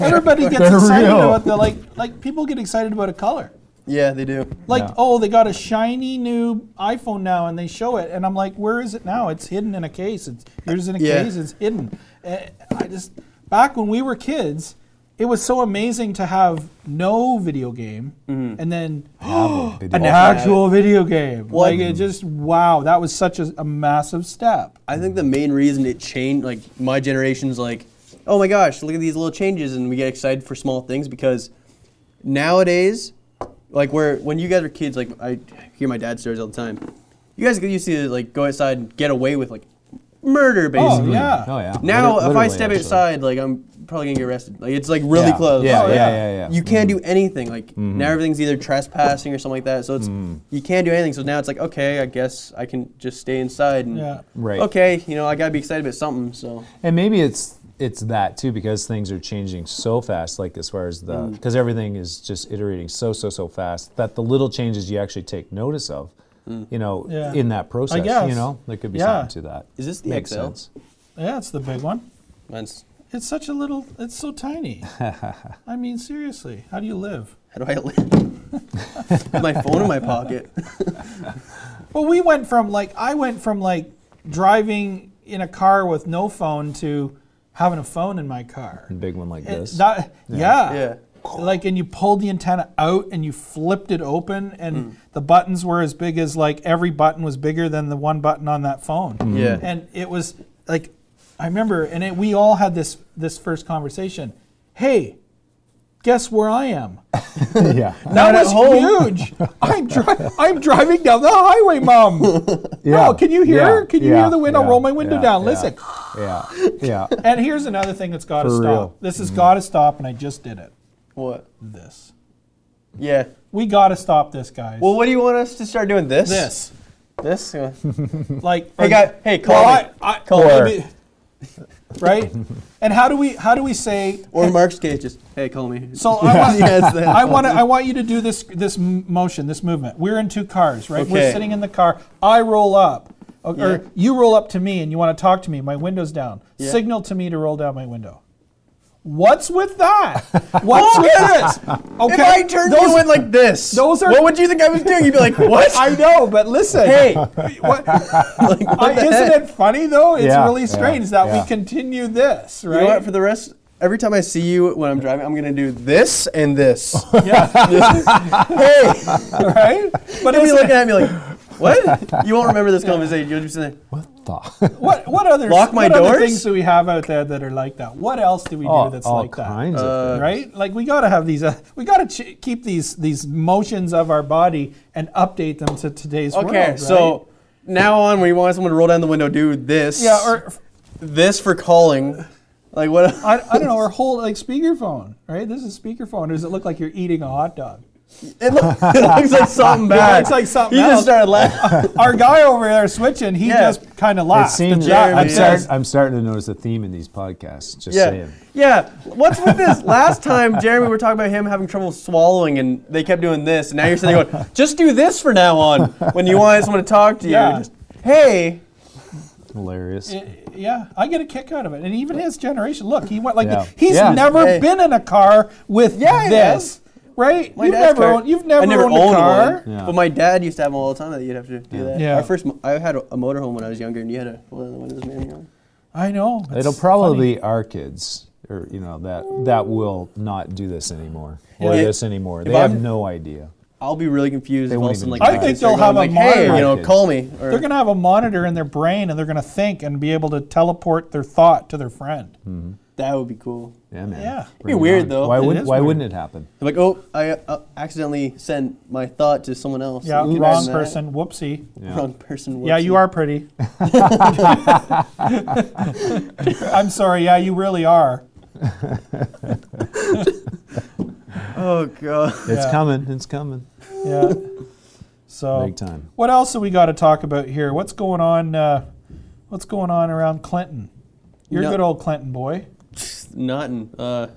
Speaker 2: everybody gets
Speaker 3: They're
Speaker 2: excited
Speaker 3: real.
Speaker 2: about the like like people get excited about a color
Speaker 1: Yeah, they do.
Speaker 2: like
Speaker 3: Yeah.
Speaker 2: oh they got a shiny new iphone now and they show it and i'm like where is it now it's hidden in a case it's here's in a
Speaker 1: Yeah.
Speaker 2: case it's hidden Eh, i just back when we were kids it was so amazing to have no video game and then an actual video game like it just wow that was such a, a massive step
Speaker 1: I think the main reason it changed, like my generation's, like, oh my gosh, look at these little changes, and we get excited for small things because nowadays, like where when you guys were kids, like I hear my dad stories all the time. You guys used to like go outside and get away with like murder,
Speaker 2: oh
Speaker 1: basically.
Speaker 2: yeah
Speaker 3: Oh yeah.
Speaker 1: Now,
Speaker 3: Liter-
Speaker 1: if I
Speaker 3: literally,
Speaker 1: step
Speaker 3: actually.
Speaker 1: outside, like I'm probably gonna get arrested. Like it's like really
Speaker 3: Yeah.
Speaker 1: close.
Speaker 3: Yeah,
Speaker 2: Oh,
Speaker 3: yeah,
Speaker 2: yeah.
Speaker 3: yeah, yeah, Mm-hmm.
Speaker 1: You can't do anything. Like now everything's either trespassing or something like that. So it's
Speaker 3: Mm-hmm.
Speaker 1: you can't do anything. So now it's like okay, I guess I can just stay inside and
Speaker 2: Yeah.
Speaker 3: Right.
Speaker 1: Okay, you know I gotta be excited about something. So
Speaker 3: And maybe it's it's that too because things are changing so fast. Like as far as the
Speaker 2: Mm.
Speaker 3: because everything is just iterating so so so fast that the little changes you actually take notice of, you know,
Speaker 2: Mm. Yeah.
Speaker 3: in that process.
Speaker 2: guess.
Speaker 3: You know, there could be
Speaker 2: Yeah.
Speaker 3: something to that.
Speaker 1: Is this the
Speaker 3: Makes
Speaker 1: XL?
Speaker 3: sense.
Speaker 2: yeah it's the big one
Speaker 1: that's
Speaker 2: it's such a little it's so tiny i mean seriously how do you live
Speaker 1: how do I live? my phone in my pocket.
Speaker 2: Well, we went from like I went from like driving in a car with no phone to having a phone in my car.
Speaker 3: A big one like
Speaker 2: It-
Speaker 3: this.
Speaker 2: Eh, that- yeah.
Speaker 1: Yeah.
Speaker 2: Like and you pulled the antenna out and you flipped it open and
Speaker 1: Mm.
Speaker 2: the buttons were as big as like every button was bigger than the one button on that phone.
Speaker 1: Yeah.
Speaker 2: And it was like I remember and it, we all had this this first conversation. Hey, guess where I am?
Speaker 3: yeah.
Speaker 1: Not
Speaker 2: that
Speaker 1: at
Speaker 2: was
Speaker 1: home.
Speaker 2: huge. I'm, dri- I'm driving down the highway, Mom.
Speaker 3: yeah.
Speaker 2: Oh, can you hear
Speaker 3: yeah,
Speaker 2: her? Can you
Speaker 3: yeah,
Speaker 2: hear the wind? I'll
Speaker 3: yeah,
Speaker 2: roll my window
Speaker 3: yeah,
Speaker 2: down.
Speaker 3: yeah,
Speaker 2: Listen.
Speaker 3: Yeah. Yeah.
Speaker 2: And here's another thing that's got to
Speaker 3: For
Speaker 2: stop.
Speaker 3: real. Mm-hmm.
Speaker 2: This has got to stop, and I just did it.
Speaker 1: What?
Speaker 2: This.
Speaker 1: Yeah.
Speaker 2: We got to stop this, guys.
Speaker 1: Well, what do you want us to start doing? This?
Speaker 2: this.
Speaker 1: This? Uh,
Speaker 2: Like,
Speaker 1: hey, guy, hey, call
Speaker 2: Well,
Speaker 1: me.
Speaker 2: I, I,
Speaker 1: Call
Speaker 2: well,
Speaker 1: her.
Speaker 2: maybe- right? And how do we how do we say?
Speaker 1: Or in Mark's case, just, hey, call me.
Speaker 2: So I want,
Speaker 1: Yes, that.
Speaker 2: I want to, I want you to do this this m- motion, this movement. We're in two cars, right? We're
Speaker 1: Okay.
Speaker 2: sitting in the car. I roll up, or, or
Speaker 1: Yeah.
Speaker 2: you roll up to me, and you want to talk to me. My window's down.
Speaker 1: Yeah.
Speaker 2: Signal to me to roll down my window. What's with that? What's with this? Okay,
Speaker 1: Oh, If I turned
Speaker 2: those,
Speaker 1: you in like this,
Speaker 2: those are-
Speaker 1: what would you think I was doing? You'd be like, what?
Speaker 2: I know, but listen.
Speaker 1: hey,
Speaker 2: what,
Speaker 1: like, what
Speaker 2: I,
Speaker 1: the
Speaker 2: isn't
Speaker 1: heck?
Speaker 2: it funny though? It's
Speaker 3: Yeah,
Speaker 2: really
Speaker 3: yeah,
Speaker 2: strange that
Speaker 3: yeah.
Speaker 2: we continue this, right?
Speaker 1: You know what? For the rest, every time I see you when I'm driving, I'm gonna do this and this.
Speaker 2: yeah,
Speaker 1: hey,
Speaker 2: right. But
Speaker 1: you'll be
Speaker 2: it's
Speaker 1: looking at me like, what? You won't remember this conversation. You'll just be like,
Speaker 3: What the?
Speaker 2: what what other
Speaker 1: Lock my
Speaker 2: what other
Speaker 1: doors?
Speaker 2: things do we have out there that are like that? What else do we do
Speaker 3: all
Speaker 2: that's
Speaker 3: all
Speaker 2: like
Speaker 3: kinds
Speaker 1: Uh,
Speaker 2: that?
Speaker 3: of things.
Speaker 2: Right? Like we gotta have these. Uh, we gotta ch- keep these these motions of our body and update them to today's world.
Speaker 1: okay,
Speaker 2: right?
Speaker 1: so now on, when you want someone to roll down the window, do this.
Speaker 2: yeah, or
Speaker 1: this for calling. Like what?
Speaker 2: I, I don't know, or hold like speakerphone. Right? This is speakerphone. Does it look like you're eating a hot dog?
Speaker 1: It, look, it looks like something bad.
Speaker 2: It looks like something
Speaker 1: You
Speaker 2: else.
Speaker 1: just started laughing.
Speaker 2: Our guy over there switching, he
Speaker 1: Yeah.
Speaker 2: just kind of
Speaker 3: It
Speaker 2: laughed.
Speaker 3: seems.
Speaker 1: Jeremy
Speaker 3: I'm,
Speaker 1: is-
Speaker 3: start, I'm starting to notice a theme in these podcasts. Just
Speaker 1: yeah,
Speaker 3: saying.
Speaker 1: yeah. What's with this? Last time, Jeremy, we were talking about him having trouble swallowing, and they kept doing this. And now you're sitting there going, just do this for now on. When you want someone to talk to you,
Speaker 2: Yeah.
Speaker 1: just hey.
Speaker 3: Hilarious.
Speaker 2: Yeah, I get a kick out of it. And even his generation, look, he went like
Speaker 3: Yeah.
Speaker 2: this. he's
Speaker 3: Yeah.
Speaker 2: never
Speaker 1: Hey.
Speaker 2: been in a car with
Speaker 1: Yeah, he
Speaker 2: this, right?
Speaker 1: My
Speaker 2: you've
Speaker 1: dad's
Speaker 2: never
Speaker 1: car-
Speaker 2: owned, you've never,
Speaker 1: I never
Speaker 2: owned,
Speaker 1: owned
Speaker 2: a car.
Speaker 1: one,
Speaker 3: Yeah.
Speaker 1: but my dad used to have them all the time. That you'd have to do that.
Speaker 2: Yeah.
Speaker 1: Our first, mo- I had a, a motorhome when I was younger, and you had to hold on the windows manual.
Speaker 2: I know. it's
Speaker 3: It'll
Speaker 2: funny.
Speaker 3: probably be our kids, or you know that that will not do this anymore or
Speaker 1: Yeah.
Speaker 3: this anymore. They
Speaker 1: I'm-
Speaker 3: have no idea.
Speaker 1: I'll be really confused if all
Speaker 3: won't
Speaker 1: of a sudden,
Speaker 3: even
Speaker 1: like, my
Speaker 3: do that.
Speaker 2: I think
Speaker 1: kids start
Speaker 2: they'll have
Speaker 1: going,
Speaker 2: a
Speaker 1: like, hey, you
Speaker 2: monitor.
Speaker 1: know,
Speaker 3: Kids.
Speaker 1: call me. Or,
Speaker 2: They're going to have a monitor in their brain and they're going to think and be able to teleport their thought to their friend.
Speaker 1: that would be cool.
Speaker 3: Yeah, man.
Speaker 2: Yeah. It'd
Speaker 1: be
Speaker 3: Bring it
Speaker 1: weird,
Speaker 3: on.
Speaker 1: though.
Speaker 3: Why
Speaker 1: It
Speaker 3: would
Speaker 2: is
Speaker 3: Why
Speaker 2: weird.
Speaker 3: wouldn't it happen?
Speaker 1: I'm like, oh, I uh, accidentally sent my thought to someone else.
Speaker 2: Yeah,
Speaker 1: Can you
Speaker 2: wrong
Speaker 1: imagine that?
Speaker 2: person. Whoopsie.
Speaker 3: Yeah.
Speaker 1: Wrong person.
Speaker 2: Yeah, you
Speaker 1: whoopsie.
Speaker 2: are pretty. I'm sorry. Yeah, you really are.
Speaker 1: Oh god.
Speaker 3: It's
Speaker 2: Yeah.
Speaker 3: coming. It's coming.
Speaker 2: Yeah. So
Speaker 3: Big time.
Speaker 2: What else have we got to talk about here? What's going on? Uh, what's going on around Clinton? You're
Speaker 1: No.
Speaker 2: good old Clinton boy.
Speaker 1: Nothing. Uh,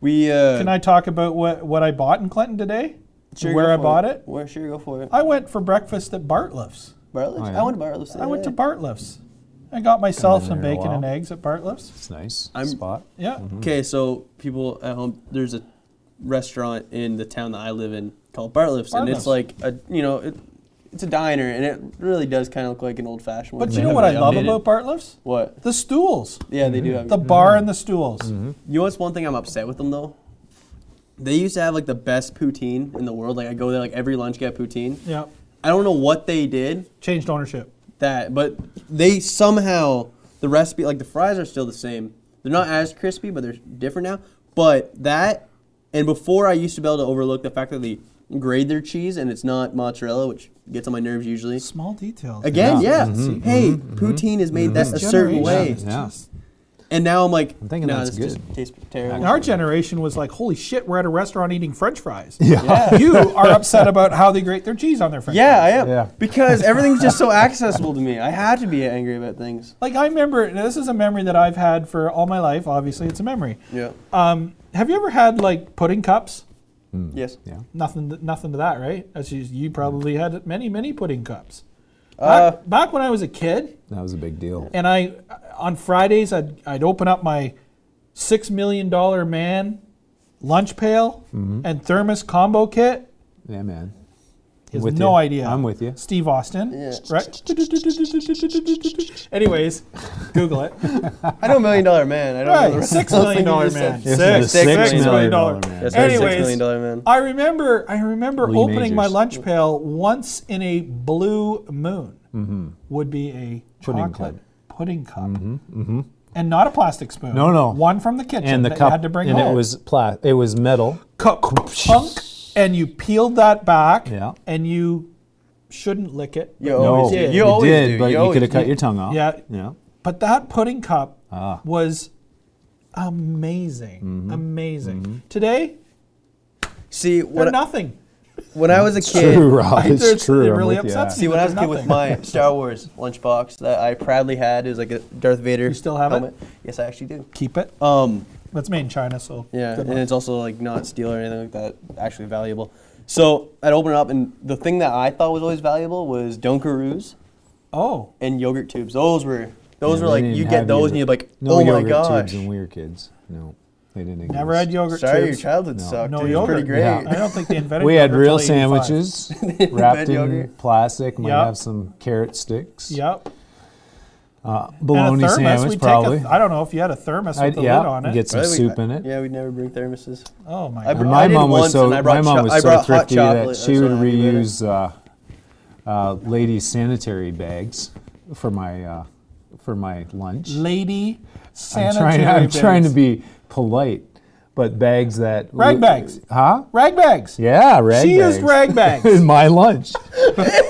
Speaker 1: we. Uh,
Speaker 2: Can I talk about what, what I bought in Clinton today?
Speaker 1: sure
Speaker 2: Where
Speaker 1: go
Speaker 2: I
Speaker 1: for
Speaker 2: bought it? Uh,
Speaker 1: Where sure go for it.
Speaker 2: I went for breakfast at Bartliff's.
Speaker 1: Bartlett's.
Speaker 3: Oh,
Speaker 1: I
Speaker 3: yeah.
Speaker 1: went to Bartlett's.
Speaker 2: I went to
Speaker 1: today.
Speaker 2: Bartliff's. I got myself
Speaker 3: in
Speaker 2: some
Speaker 3: there a
Speaker 2: bacon and
Speaker 3: while. Mm-hmm.
Speaker 2: eggs at Bartliff's.
Speaker 3: It's nice
Speaker 1: I'm-
Speaker 3: spot.
Speaker 2: Yeah.
Speaker 3: Mm.
Speaker 1: Okay, so people at home, there's a restaurant in the town that I live in called Bartliff's, and
Speaker 2: Bartliff's.
Speaker 1: it's like a you know, it, it's a diner, and it really does kind of look like an old fashioned one.
Speaker 2: But
Speaker 1: They
Speaker 2: you know
Speaker 1: haven't
Speaker 2: what I love
Speaker 1: updated-
Speaker 2: about Bartliff's?
Speaker 1: what?
Speaker 2: The stools.
Speaker 1: Yeah, they do
Speaker 3: Mm-hmm.
Speaker 1: have.
Speaker 2: The bar and the stools.
Speaker 1: you know what's one thing I'm upset with them though? They used to have like the best poutine in the world. Like I go there like every lunch get poutine.
Speaker 2: Yeah.
Speaker 1: I don't know what they did
Speaker 2: Changed ownership.
Speaker 1: that, but they somehow the recipe like the fries are still the same. They're not as crispy, but they're different now. But that and before I used to be able to overlook the fact that they grade their cheese and it's not mozzarella, which gets on my nerves usually.
Speaker 2: Small details.
Speaker 1: Again,
Speaker 3: Yeah.
Speaker 1: yeah. Hey, poutine is made that a certain
Speaker 2: Generations.
Speaker 1: way,
Speaker 2: It's
Speaker 3: Yeah.
Speaker 2: just-
Speaker 1: and now I'm like,
Speaker 3: I'm thinking
Speaker 1: nah,
Speaker 3: that's
Speaker 1: this
Speaker 3: good.
Speaker 1: just tastes terrible.
Speaker 2: And our generation was like, holy shit, we're at a restaurant eating french fries.
Speaker 1: Yeah.
Speaker 2: you are upset about how they grate their cheese on their french
Speaker 1: Yeah, I
Speaker 2: fries.
Speaker 1: am.
Speaker 3: Yeah.
Speaker 1: Because everything's just so accessible to me. I had to be angry about things.
Speaker 2: Like, I remember, now this is a memory that I've had for all my life. Obviously, it's a memory.
Speaker 1: Yeah.
Speaker 2: Um, have you ever had, like, pudding cups? Mm.
Speaker 1: yes.
Speaker 3: Yeah.
Speaker 2: Nothing, th- nothing to that, right? As you, you probably had many, many pudding cups.
Speaker 1: Uh,
Speaker 2: back, back when I was a kid,
Speaker 3: That was a big deal.
Speaker 2: and I on Fridays I'd, I'd open up my six million dollar man lunch pail and thermos combo kit.
Speaker 3: Yeah, man.
Speaker 2: He has
Speaker 3: With
Speaker 2: no
Speaker 3: you.
Speaker 2: idea.
Speaker 3: I'm with you.
Speaker 2: Steve Austin.
Speaker 1: Yeah.
Speaker 2: Right? Anyways, Google it.
Speaker 1: I know Million Dollar Man. I don't know the
Speaker 2: Right.
Speaker 1: rest
Speaker 2: Six
Speaker 1: of those things you
Speaker 2: million dollar
Speaker 1: just said.
Speaker 2: man.
Speaker 3: This is
Speaker 2: Six,
Speaker 1: the six million
Speaker 3: dollar man.
Speaker 1: That's right,
Speaker 2: Anyways,
Speaker 1: Six Million Dollar Man.
Speaker 2: I remember I remember
Speaker 3: Lee
Speaker 2: opening my
Speaker 3: Majors.
Speaker 2: lunch pail once in a blue moon would be a
Speaker 3: Mm-hmm. Pudding Mm-hmm,
Speaker 2: chocolate pudding cup. and not a plastic spoon.
Speaker 3: No, no.
Speaker 2: One from the kitchen
Speaker 3: and the
Speaker 2: that
Speaker 3: cup
Speaker 2: you had to bring
Speaker 3: and
Speaker 2: home.
Speaker 3: it was pla- it was metal.
Speaker 2: punk, and you peeled that back,
Speaker 3: Yeah.
Speaker 2: and you shouldn't lick it.
Speaker 1: You always
Speaker 2: Oh, did.
Speaker 1: do. You always
Speaker 3: did,
Speaker 1: do.
Speaker 3: but you,
Speaker 1: always
Speaker 3: could have cut
Speaker 1: do.
Speaker 3: your tongue off.
Speaker 2: Yeah.
Speaker 3: yeah.
Speaker 2: But that pudding cup
Speaker 3: Ah.
Speaker 2: was amazing,
Speaker 3: Mm-hmm.
Speaker 2: amazing. Today,
Speaker 1: See
Speaker 2: they're
Speaker 1: when I,
Speaker 2: nothing.
Speaker 1: when I was a kid.
Speaker 3: True, Rob.
Speaker 2: Either
Speaker 3: It's
Speaker 2: it's-
Speaker 3: true.
Speaker 2: it
Speaker 3: I'm
Speaker 2: really
Speaker 3: with you.
Speaker 2: upsets
Speaker 1: See when I was a kid
Speaker 2: Nothing.
Speaker 1: with my Star Wars lunchbox that I proudly had is like a Darth Vader.
Speaker 2: You still have it?
Speaker 1: helmet. Yes, I actually do.
Speaker 2: Keep it.
Speaker 1: Um,
Speaker 2: That's made in China, so
Speaker 1: yeah,
Speaker 2: good
Speaker 1: and
Speaker 2: luck.
Speaker 1: it's also like not steel or anything like that. Actually valuable. So I'd open it up, and the thing that I thought was always valuable was Dunkaroos
Speaker 2: oh,
Speaker 1: and yogurt tubes. Those were those were
Speaker 3: Yeah, they
Speaker 1: like
Speaker 3: didn't
Speaker 1: you
Speaker 3: have
Speaker 1: get those, and
Speaker 3: yogurt-
Speaker 1: you're like,
Speaker 3: no
Speaker 1: oh my
Speaker 3: yogurt
Speaker 1: gosh.
Speaker 3: Tubes when we were kids. No, they didn't. Exist.
Speaker 2: never had yogurt
Speaker 1: Sorry,
Speaker 2: chips.
Speaker 1: your childhood
Speaker 3: No.
Speaker 1: sucked. it
Speaker 2: No
Speaker 1: was pretty
Speaker 2: yogurt.
Speaker 1: great.
Speaker 3: Yeah.
Speaker 2: I don't think they invented.
Speaker 3: We had
Speaker 2: yogurt
Speaker 3: real
Speaker 2: till 85.
Speaker 3: sandwiches wrapped
Speaker 1: Bed
Speaker 3: in
Speaker 1: yogurt.
Speaker 3: plastic. Might
Speaker 2: Yep.
Speaker 3: have some carrot sticks.
Speaker 2: Yep. and
Speaker 3: Bologna
Speaker 2: a thermos.
Speaker 3: sandwich
Speaker 2: we'd
Speaker 3: probably.
Speaker 2: Take a, I don't know if you had a thermos with
Speaker 3: I'd-
Speaker 2: the
Speaker 3: yeah,
Speaker 2: lid on it.
Speaker 3: get some
Speaker 1: Right, we-
Speaker 3: soup in it.
Speaker 1: Yeah, we'd never bring thermoses.
Speaker 2: oh my
Speaker 1: I
Speaker 2: god.
Speaker 1: br-
Speaker 3: And my
Speaker 1: did
Speaker 3: mom was
Speaker 1: once,
Speaker 3: so
Speaker 1: and I brought
Speaker 3: my mom
Speaker 1: cho-
Speaker 3: was
Speaker 1: I
Speaker 3: so
Speaker 1: brought hot
Speaker 3: thrifty that
Speaker 1: chocolate,
Speaker 3: she
Speaker 1: that's
Speaker 3: would
Speaker 1: what I do better.
Speaker 3: reuse uh, uh, ladies' sanitary bags for my uh, for my lunch.
Speaker 2: Lady
Speaker 3: I'm
Speaker 2: sanitary.
Speaker 3: trying, I'm trying to
Speaker 2: bags.
Speaker 3: be polite, but bags that
Speaker 2: Rag bags.
Speaker 3: huh?
Speaker 2: rag bags.
Speaker 3: Yeah, rag
Speaker 2: she
Speaker 3: bags.
Speaker 2: used rag bags.
Speaker 3: in my lunch.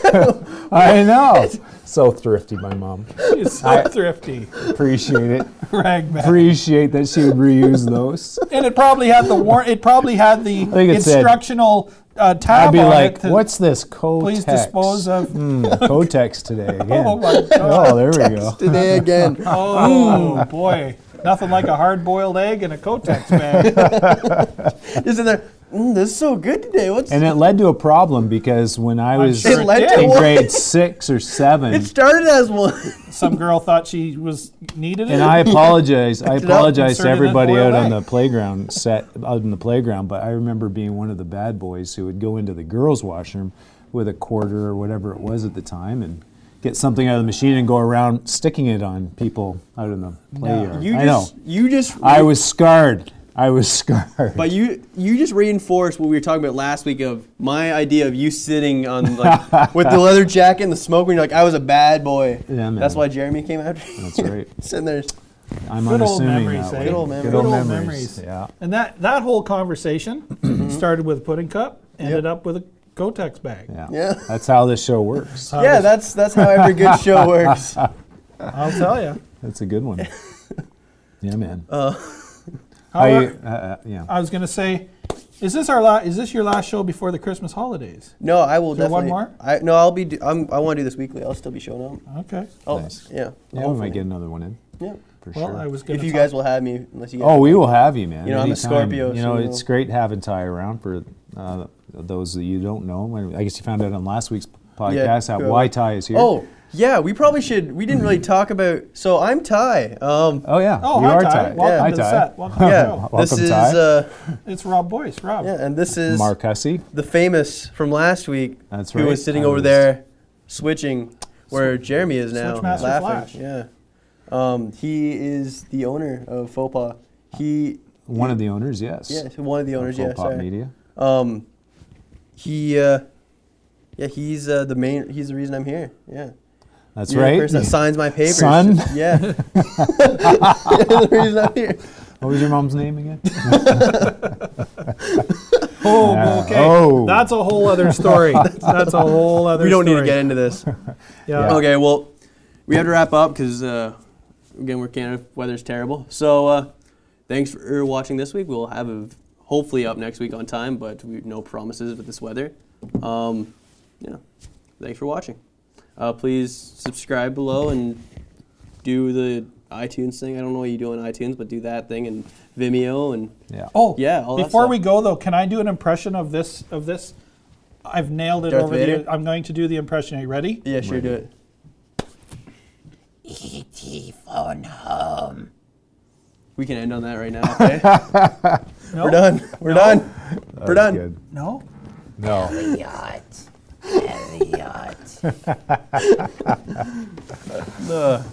Speaker 3: I know. So thrifty, my mom.
Speaker 2: She's so thrifty.
Speaker 3: Appreciate it.
Speaker 2: Rag bags.
Speaker 3: Appreciate that she would reuse those.
Speaker 2: and it probably had the war- It probably had the
Speaker 3: think it said-
Speaker 2: instructional uh, tab
Speaker 3: I'd be
Speaker 2: on
Speaker 3: like,
Speaker 2: it to
Speaker 3: "What's this Kotex?"
Speaker 2: please dispose of.
Speaker 3: Mm, Kotex today again.
Speaker 2: Oh my god!
Speaker 3: Oh, there we go.
Speaker 1: Today again.
Speaker 2: Oh boy! Nothing like a hard-boiled egg in a Kotex bag.
Speaker 1: Just in there. Mm, this is so good today. What's
Speaker 3: And it led to a problem because when I was
Speaker 2: sure
Speaker 1: it led
Speaker 2: it
Speaker 1: to
Speaker 2: did.
Speaker 3: in
Speaker 1: one.
Speaker 3: grade six or seven,
Speaker 1: It started as one.
Speaker 2: Some girl thought she was needed it.
Speaker 3: And I apologize. I
Speaker 1: Picked it up,
Speaker 3: apologize to
Speaker 2: inserted it,
Speaker 3: everybody
Speaker 2: boiled
Speaker 3: out on
Speaker 2: egg.
Speaker 3: the playground set out in the playground. But I remember being one of the bad boys who would go into the girls' washroom with a quarter or whatever it was at the time and get something out of the machine and go around sticking it on people out in the playground.
Speaker 1: You
Speaker 3: I know.
Speaker 1: just, You just.
Speaker 3: I was scarred. I was scarred.
Speaker 1: But you you just reinforced what we were talking about last week of my idea of you sitting on like with the leather jacket and the smoke when you're like I was a bad boy.
Speaker 3: Yeah, man.
Speaker 1: That's why Jeremy came after me.
Speaker 3: That's right.
Speaker 1: Sitting there.
Speaker 3: I'm
Speaker 2: Good old
Speaker 3: unassuming
Speaker 2: memories,
Speaker 3: that
Speaker 2: eh?
Speaker 3: way.
Speaker 1: Good old memories.
Speaker 2: Good old memories.
Speaker 3: Yeah. Mm-hmm.
Speaker 2: And that, that whole conversation started with a pudding cup, ended
Speaker 1: Yep.
Speaker 2: up with a Kotex bag.
Speaker 3: Yeah.
Speaker 1: Yeah.
Speaker 3: That's how this show works.
Speaker 2: How
Speaker 1: Yeah,
Speaker 2: does-
Speaker 1: that's that's how every good show works.
Speaker 2: I'll tell you.
Speaker 3: That's a good one. Yeah, man. I, uh,
Speaker 2: However,
Speaker 3: uh, yeah.
Speaker 2: I, was going to say, is this our la- is this your last show before the Christmas holidays?
Speaker 1: No, I will
Speaker 2: there one
Speaker 1: definitely.
Speaker 2: more?
Speaker 1: I no, I'll be. Do, I'm, I want to do this weekly. I'll still be showing up.
Speaker 2: Okay.
Speaker 1: Oh,
Speaker 3: Nice.
Speaker 1: yeah.
Speaker 3: Yeah, we
Speaker 1: hopefully.
Speaker 3: might get another one in
Speaker 1: Yeah.
Speaker 3: for
Speaker 2: Well,
Speaker 3: sure.
Speaker 2: I was going
Speaker 1: If
Speaker 2: to.
Speaker 1: you guys will have me, unless you. Guys
Speaker 3: Oh, we will have you, man.
Speaker 1: You know, I'm a
Speaker 3: anytime.
Speaker 1: Scorpio,
Speaker 3: You know,
Speaker 1: so-
Speaker 3: it's great having Ty around for uh, those that you don't know. I mean, I guess you found out on last week's podcast how
Speaker 1: whoever.
Speaker 3: why Ty is here.
Speaker 1: Oh, yeah. We probably should. We didn't really talk about. So I'm Ty. Um.
Speaker 3: Oh, yeah.
Speaker 2: Oh,
Speaker 3: you
Speaker 2: hi,
Speaker 3: are
Speaker 2: Ty.
Speaker 3: Ty.
Speaker 2: Welcome
Speaker 3: Hi,
Speaker 2: to the
Speaker 3: Ty.
Speaker 2: set. Welcome to the
Speaker 1: Yeah.
Speaker 2: show.
Speaker 1: this
Speaker 3: Oh, Welcome,
Speaker 1: is.
Speaker 3: Ty.
Speaker 1: Uh,
Speaker 2: It's Rob Boyce. Rob.
Speaker 1: yeah, and this is
Speaker 3: Mark Hussey.
Speaker 1: the famous from last week.
Speaker 3: That's
Speaker 1: Who
Speaker 3: right.
Speaker 1: was sitting
Speaker 3: I
Speaker 1: over
Speaker 3: was-
Speaker 1: there, switching, where Jeremy is now,
Speaker 2: Switchmaster Flash.
Speaker 1: laughing. Yeah. Um. He is the owner of Faux Pas. He.
Speaker 3: One of the owners, yes.
Speaker 1: Yeah. One of the
Speaker 3: of
Speaker 1: owners.
Speaker 3: Full
Speaker 1: Yeah.
Speaker 3: Pop
Speaker 1: Sorry.
Speaker 3: Media.
Speaker 1: Um, he, uh, yeah, he's uh, the main. He's the reason I'm here. Yeah,
Speaker 3: That's
Speaker 1: You're The
Speaker 3: right.
Speaker 1: person that signs my papers.
Speaker 3: Son?
Speaker 1: Yeah. You're the reason I'm here.
Speaker 3: What was your mom's name again?
Speaker 2: Oh,
Speaker 3: Yeah.
Speaker 2: okay.
Speaker 3: Oh.
Speaker 2: That's a whole other story. That's a whole other.
Speaker 1: we don't need to
Speaker 2: story.
Speaker 1: get into this.
Speaker 2: Yeah.
Speaker 1: Okay. Well, we have to wrap up because uh, again, we're Canada. Weather's terrible. So, uh, thanks for watching this week. We'll have a hopefully up next week on time, but we, no promises with this weather. Um, yeah. Thanks for watching. Uh, please subscribe below and do the iTunes thing. I don't know what you do on iTunes, but do that thing and Vimeo and
Speaker 3: Yeah.
Speaker 2: Oh,
Speaker 1: Yeah, all that
Speaker 2: Before
Speaker 1: stuff.
Speaker 2: we go though, can I do an impression of this? Of this, I've nailed it
Speaker 1: Darth
Speaker 2: over
Speaker 1: Vader?
Speaker 2: the. I'm going to do the impression. Are you ready?
Speaker 1: yeah, sure do it.
Speaker 4: E.T. E phone home.
Speaker 1: We can end on that right now. Okay?
Speaker 2: No.
Speaker 1: we're done. We're done. We're done.
Speaker 3: Good.
Speaker 2: No.
Speaker 3: No.
Speaker 4: Elliot. Elliot.
Speaker 1: Ugh.